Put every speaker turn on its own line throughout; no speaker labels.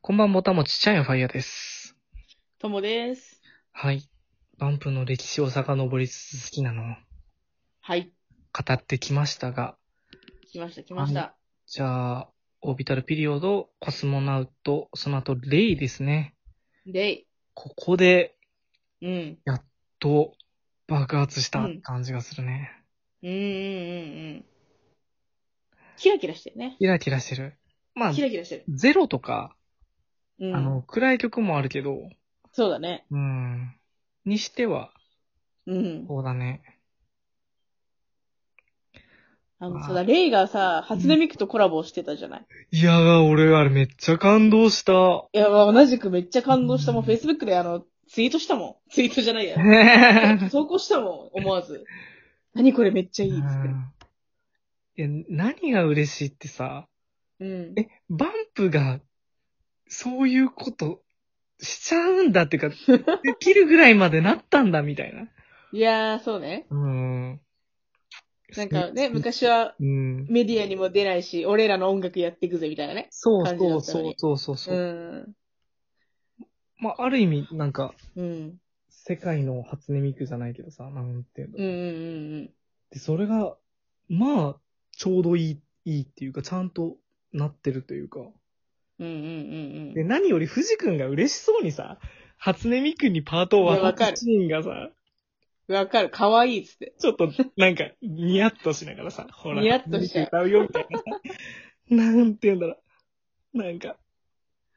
こんばんぼたもちちゃんやファイヤーです。
ともです。
はい。バンプの歴史を遡りつつ好きなのを
はい。
語ってきましたが、
来ました、来ました。
じゃあ、オービタルピリオド、コスモナウト、その後レイですね。
で、
ここで、
うん。
と、爆発した
うん
感じがするね。
うんうんうんうん。キラキラしてるね。
キラキラしてる。まあ
キ、ラキラしてる。
ゼロとか、
うん。
あの、暗い曲もあるけど、
そうだね。
うん。にしては、
うん。
そうだね。
あ
あ
の、
ー
そうだ、レイがさ、初音ミクとコラボしてたじゃない。
いや、俺、あれめっちゃ感動 した。
いや、まあ同じくめっちゃ感動したもん。
うん
Facebook であの、ツイートしたもん。ツイートじゃない や。投稿したもん、思わず。何これめっちゃいいっつっ
うんいや、何が嬉しいってさ、
て。うん。
え、バンプが、そういうこと、しちゃうんだって いうか、できるぐらいまでなったんだ、みたいな。
いやー、そうね。
うん。
なんかね、
す。
昔は
うん。
メディアにも出ないし、俺らの音楽やっていくぜ、みたいなね。
そう
感じ
そ
だ
う
ったの
そう
に
そうそうそうう。
ん。
まあ、ある意味、なんか、
うん。
世界の初音ミクじゃないけどさ、なんていうの。
うんうんうんうん。
で、それが、まあ、ちょうどいい、いいっていうか、ちゃんとなってるというか。
うんうんうんう
で、
ん。
何より藤君が嬉しそうにさ、初音ミクにパートを
いやわ
渡
か
す
る
シーンがさ、
わかる。かわいいっつって。
ちょっと、なんか、ニヤッとしながらさ、ほら、
ニヤッとしちゃう
歌うよ、みたいなさ。なんて言うんだろう。なんか、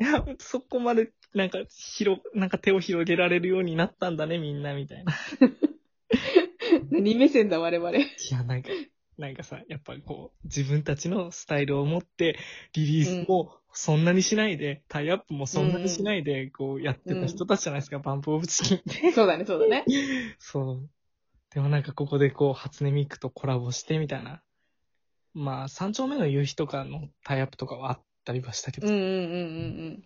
いや、そこまで、なんか、広、なんか手を広げられるようになったんだね、みんな、みたいな。い
何目線だ、我 々。
や、なんか、なんかさ、やっぱこう、自分たちのスタイルを持って、リリースもそんなにしないで、タイアップもそんなにしないで、こう、やってた人たちじゃないですか、バンプオブチキンって。
そうだね、そうだね。
そう。でもなんかここでこう、初音ミクとコラボしてみたいな。まあ、三丁目の夕日とかのタイアップとかはあったりはしたけ
う
ど、
んうんうん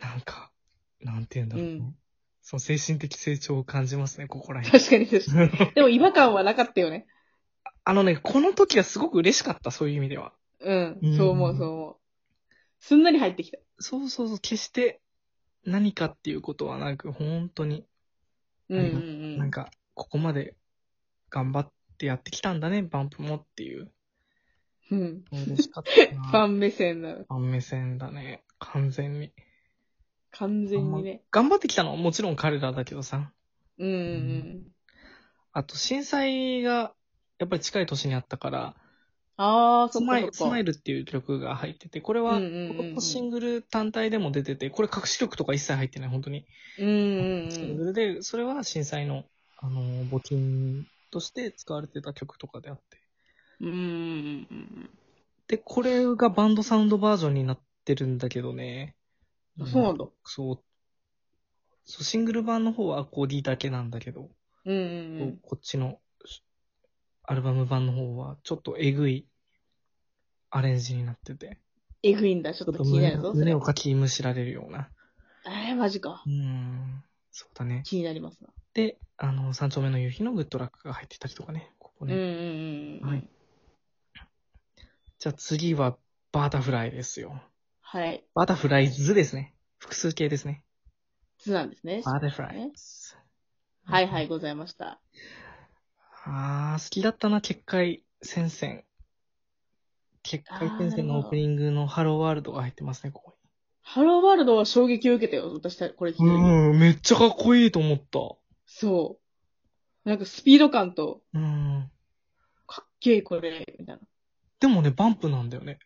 なんか、なんて言うんだろう、ね
うん
その精神的成長を感じますね、ここら
うん。
辺。
確かに確かに。でも違和感はなかったよね。
あのね、この時はすごく嬉しかった、そういう意味では。
うん
うん。
そう思う、そう思う。すんなり入ってきた。
そうそうそう、決して何かっていうことはなく、本当に、
うんうんう
なん
ん。
か、ここまで頑張ってやってきたんだね、バンプもっていう。
うん。
嬉しかった
フ
な。
ァン目線だ。
ファン目線だね、完全に。
完全にね。
頑張ってきたのはもちろん彼らだけどさ。
うんうん。
あと、震災が、やっぱり近い年にあったから、
あー、
ス
そっ
マ
か
イ
そ
ル
っ
スマイ
か。
ルっていう曲が入ってて、これは、こ
うんうんうんうん
のシングル単体でも出てて、これ隠し曲とか一切入ってない、本当に。
うんうん
シ
う
ン
ん
グ。ルで、それは震災の、あのー、募金として使われてた曲とかであって。
うんうんうん
で、これがバンドサウンドバージョンになってるんだけどね。
うん。あそうなんんだ。
そう。そう、シングル版の方はアコーディだけなんだけど。
うんうんうん。
こっちのアルバム版の方は、ちょっとえぐいアレンジになってて、
えぐいんだ、ちょ
ちょ
っ
っ
と
と
気にな
胸
るぞ。それ
胸をかきむしられるような。
えー、マジか
う。ーん、そうだね。
気になりますな。
で、あの、三丁目の夕日のグッドラックが入ってたりとかね、ここ
うんう
ね。
んうん。
は
はいい。
じゃあ次はバタフライですよ。
はい。
バタフライズですね。複数形ですね。
つなんですね。
バタフライズ。
はいはい、。ございました。
あー、好きだったな、結界戦線。結界戦線のオープニングのハローワールドが入ってますね、ここに。
ハローワールドは衝撃を受けたよ。私た、これ聞いて、
うん、めっちゃかっこいいと思った。
そう。なんかスピード感と、
うん。
かっけえこれ、みたいな。
でもね、バンプなんだよね。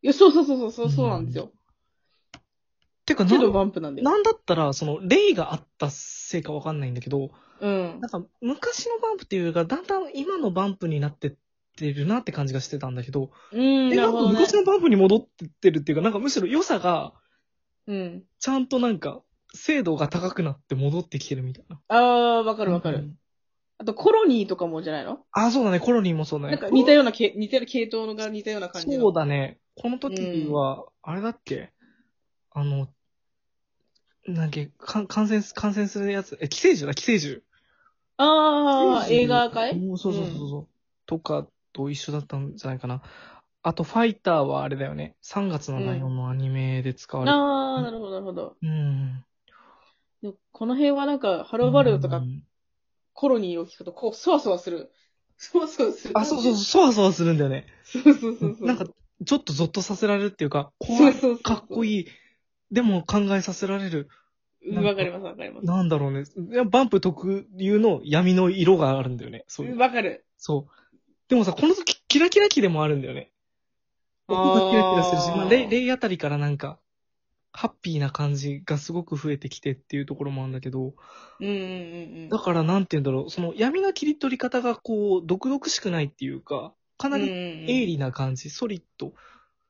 いや、そうそうそうそうそう、そうなんですよ。
てか、な
けど
ん
バンプなんだよ。
なんだったら、その、例があったせいかわかんないんだけど、
うん
な。んか、昔のバンプっていうか、だんだん今のバンプになってってるなって感じがしてたんだけど、
うん、
えな
なる
ん
ほ
か
どね
昔。のバンプに戻ってってるっていうか、なんかむしろ良さが、
うん。
ちゃんとなんか、精度が高くなって戻ってきてるみたいな。
あー、わかるわか
う
る。
ん。
あと、コロニーとかもじゃないの
あ、そうだね、コロニーもそうだね。
なんか似たようなけ、似たような系統のが似たような感じの。
そうだね。この時は、あれだっけあの、なんだっけ、か感染す、感染するやつ、え、寄生獣だ、寄生獣。
あー、
寄生
映
獣
画かい
もうそうそうそうそう。とかと一緒だったんじゃないかな。あと、ファイターはあれだよね。3月のライオンのアニメで使われて
あー、なるほど、なるほど。
る。うん。
でもこの辺はなんか、ハローワールドとか
うん
コロニーを聞くと、こう、そわそわする。そわそわする。
あ、そうそう、そわそわするんだよね。
そうそうそうそう。
なんか、ちょっとゾッとさせられるっていうか、
そ
怖
う
い、
そうそう。
かっこ
い。
いい。でも考えさせられる。なんか
わかります、わかります。
なんだろうね。いやバンプ特有の闇の色があるんだよね。そういう。
わかる。
そう。でもさ、この時、キラキラ期でもあるんだよね。
あー
音がキラキラするし、まあ、レイレイあたりからなんか、ハッピーな感じがすごく増えてきてっていうところもあるんだけど、
うんうんうんうん
だ。からなんて言うんだろう、その闇の切り取り方がこう、毒々しくないっていうか、かなり
り
鋭利な感じ、ソリッド。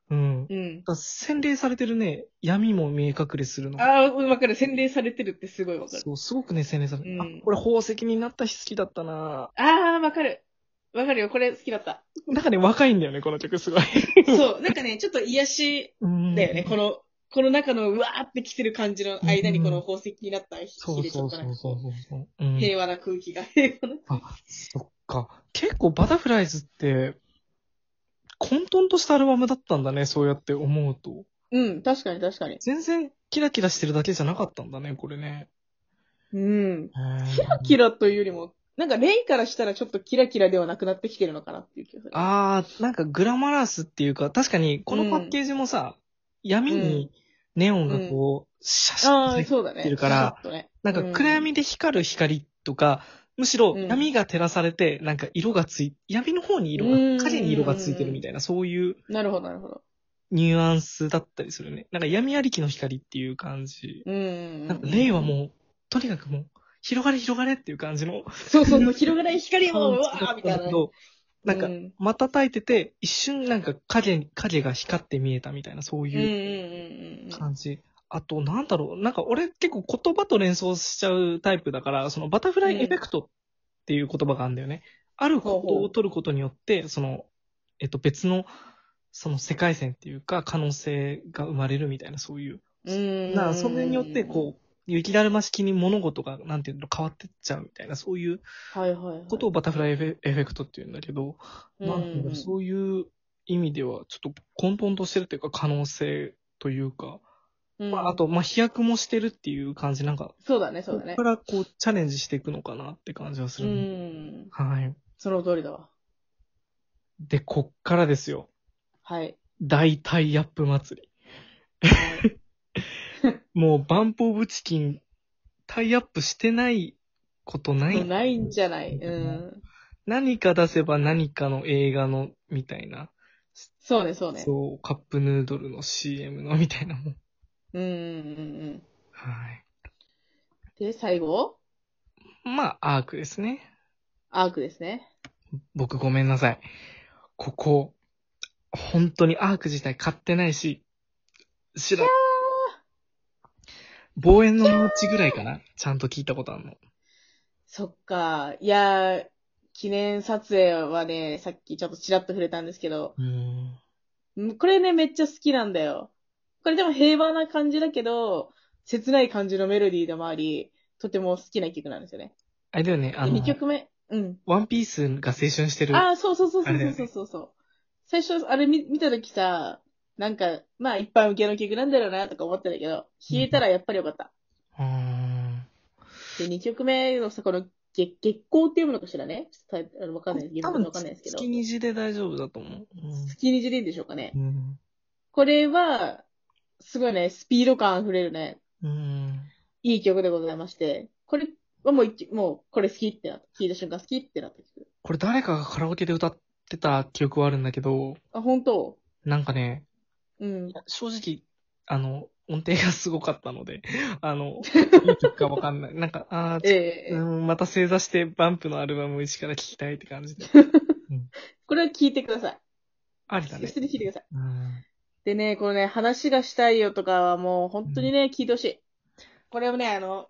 うん。だ
うん。
から洗礼されてるね、闇も見え隠れするの。
ああ、わかる。洗練されてるってすごいわかる。
そう、すごくね、洗礼されてる。
うん
あ、これ宝石になった日好きだったな
ああ、わかる。わかるよ。これ好きだった。
なんかね、若いんだよね、この曲すごい。
そう。なんかね、ちょっと癒し
うん
だよね。この、この中のうわーって来てる感じの間に
うん
この宝石になった
そ
火
う
でち
そ
ょ
う
っと
そう
なんか
そう
こ
そううそう。うん
平和な空気が、平和な。
そっか。結構バタフライズって、混沌としたアルバムだったんだね、そうやって思うと。
うん、確かに確かに。
全然キラキラしてるだけじゃなかったんだね、これね。
うん。
キ
キラというよりも、なんかレイからしたらちょっとキラキラではなくなってきてるのかなっていう気がする。
あー、なんかグラマラスっていうか、確かにこのパッケージもさ、闇にネオンがこう、シャシャ
あ
シャ
あ、そうだね。
てるから
ちょっとね、
なんか暗闇で光る光とか、むしろ
うん
闇が照らされて、なんか色がつい、闇の方に色が、影に色がついてるみたいな、そういう
なるほど、なるほど。
ニュアンスだったりするね。なんか闇ありきの光っていう感じ。
うんうん。
なんか霊はもう、とにかくもう、広がれ広がれっていう感じの。
うん。そうそうそう、広がない光を、うわ
だ
ー
っ
み
たんだ
たいな
け
ね。
ど、なん
う
か、
ん
瞬いてて、一瞬なんか影、影が光って見えたみたいな、そう
うんうん
いう
うんうんうん。
感じ。あと、なんだろう、なんか俺結構言葉と連想しちゃうタイプだから、そのバタフライエフェクトっていう言葉があるんだよね。ある行動を取ることによって、その、えっと別の、その世界線っていうか、可能性が生まれるみたいな、そういう。
うん
なそれによって、こう、雪だるま式に物事が、なんていうの、変わってっちゃうみたいな、そういう
う、はいはいはい、
ことをバタフライエフェエフェクトっていうんだけど、なんていうんだろうそういう意味では、ちょっと混沌としてるというか、可能性というか、
うん
まあ、あと、まあ、飛躍もしてるっていう感じ、なんか、
そうだね、そうだ
こ
ね
こか。らこう、チャレンジしていくのかなって感じはす
う
るね、
ん。
はい。
その通りだわ。
で、こっからですよ。
はい。
大タイアップ祭り。
はい
もう、バンポーブチキン、タイアップしてないことない
そうないんじゃない。うん。
何か出せば何かの映画の、みたいな。
そうね、そうね。
そう、カップヌードルの CM の、みたいなもん。
うんうんうん
はい。
うん。で、最後、
まあ、アークですね。
アークですね。
僕ごめんなさい。ここ、本当にアーク自体買ってないし、知らん。望遠のマーチぐらいかなちゃんと聞いたことあるの。
そっか。いやー、記念撮影はね、さっきちょっとちらっと触れたんですけど、
うん。
うんこれね、めっちゃ好きなんだよ。これでも平和な感じだけど、切ない感じのメロディーでもあり、とても好きな曲なんですよね。
あれだよね、あ
で、
の
2、曲目。うん。
ワンピースが青春してる。
ああ、そうそうそう
あ
そ
れだよ
う
ね
そうそうそう。最初、あれ見見たときさ、なんか、まあ一般受けの曲なんだろうなとか思ったんだけど、消えたらやっぱりよかった。
うん。
で、2曲目のさ、この月、月光って読むのかしらねちょっとタイあのわかんないです。
多
読む
分
のわかんないですけど。
月虹で大丈夫だと思う。
月虹でいいんでしょうかね
う。ん。
これは、すごいね、スピード感溢れるね、
うん。
いい曲でございまして、これはもう一、もう、これ好きってなった。聞いた瞬間好きってなった曲。
これ誰かがカラオケで歌ってた記憶はあるんだけど、
あ、本当
なんかね、
うん。
正直、あの、音程がすごかったので、 あ の、いい曲かわかんない。なんか、あー、
ええ
うん、また正座してバンプのアルバムを一から聴きたいって感 じで。
これは聞いてください。
ありだ
普
ね
通。に聞いてください。
うん。
でね、このね、話がしたいよとかはもう本当にね、聞いてほしい。これをね、あの、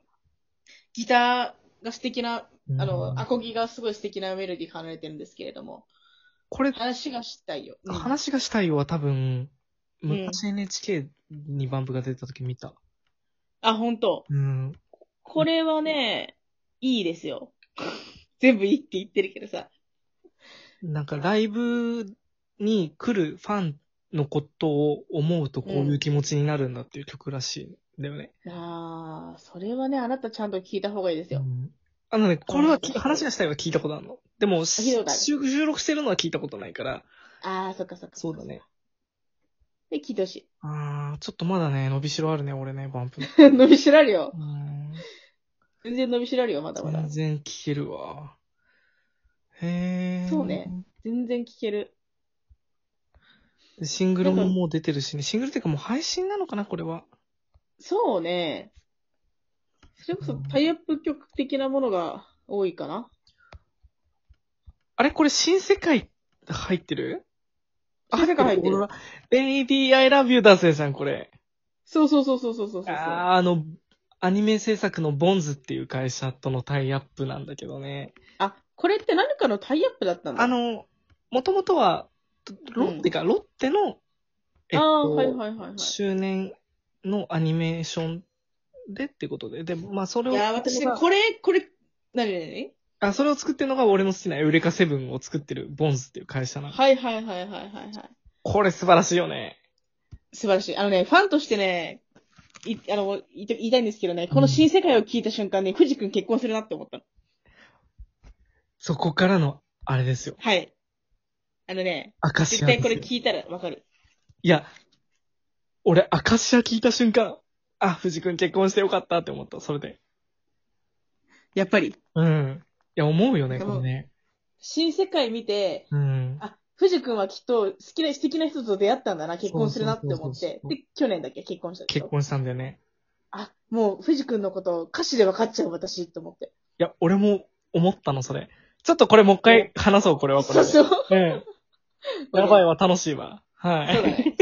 ギターが素敵な、あの、アコギがすごい素敵なメロディー奏でてるんですけれども、
これ、
話がしたいよ。うん
話がしたいよは多分、
うん
昔 NHK にバンプが出た時見た。
あ、本当
うん。
これはね、いいですよ。全部いいって言ってるけどさ。
なんかライブに来るファンのことを思うとこういう気持ちになるんだっていう曲らしいんだよね。
ああ、それはね、あなたちゃんと聞いた方がいいです
う
よ。
んあのね、これは
うん
話がしたいは聞いたことあるの。でも、
聞いたことある
収収録してるのは聞いたことないから、
ああ、そっかそっか。
そうだね。
で、聞いて ほし
あー、ちょっとまだね、伸びしろあるね、俺ね、バン プ。
い。伸びしろあるよ。
うん
全然伸びしろあるよ、まだまだ
全。然聞けるわ。へー。
そうね。全然聞ける。
でシングル
な
も
んか
もう出てるしね。シングルっていうかもう配信なのかな、これは。
そうね。それこそタイアップ曲的なものが多いかな。
あれこれ新世界入ってる
新世界入ってる。
ベイビーアイラビューだぜさん、これ。
そうそうそうそうそうそうそう。
あーあの、アニメ制作のボンズっていう会社とのタイアップなんだけどね。
あ、これって何かのタイアップだったんだ。
あ、の、もともとは、ロッテか、ロッテの、
ああ、はいはいはいはい。
周年のアニメーションでってことで、で、まあそれ
い
を、
や、私ね、これ、これ、なになに
あ、それを作ってるのが俺の好きなエウレカセブンを作ってるボンズっていう会社なの。
はいはいはいはいはいはい。
これ素晴らしいよね。
素晴らしい。あのね、ファンとしてね、い、あの、言い言いたいんですけどね、この新世界を聞いた瞬間ね、藤君結婚するなって思ったの。
そこからの、あれですよ。
はい。あのね、
証
絶
がで
対
す
これ
よ
聞いたらわかる。
いや、俺、アカシア聞いた瞬間、あ、藤君結婚してよかったって思った、それで。
やっぱり。
うん。いや、思うよね、
で
こ
も
れね。
新世界見て、
うん。
あ、藤君はきっと好きな、素敵な人と出会ったんだな、結婚するなって思っ
そうそう
て
そ。うそう
で、去年だっけ結婚したでしょ
結婚したんだよね。
あ、もう藤君のこと歌詞で分かっちゃう私って思って。
いや、俺も思ったの、それ。ちょっとこれもう一回話そう、これはこれ
そ う
で。
そう。
うん。やばいわ、楽しいわ。はい。
そうだね。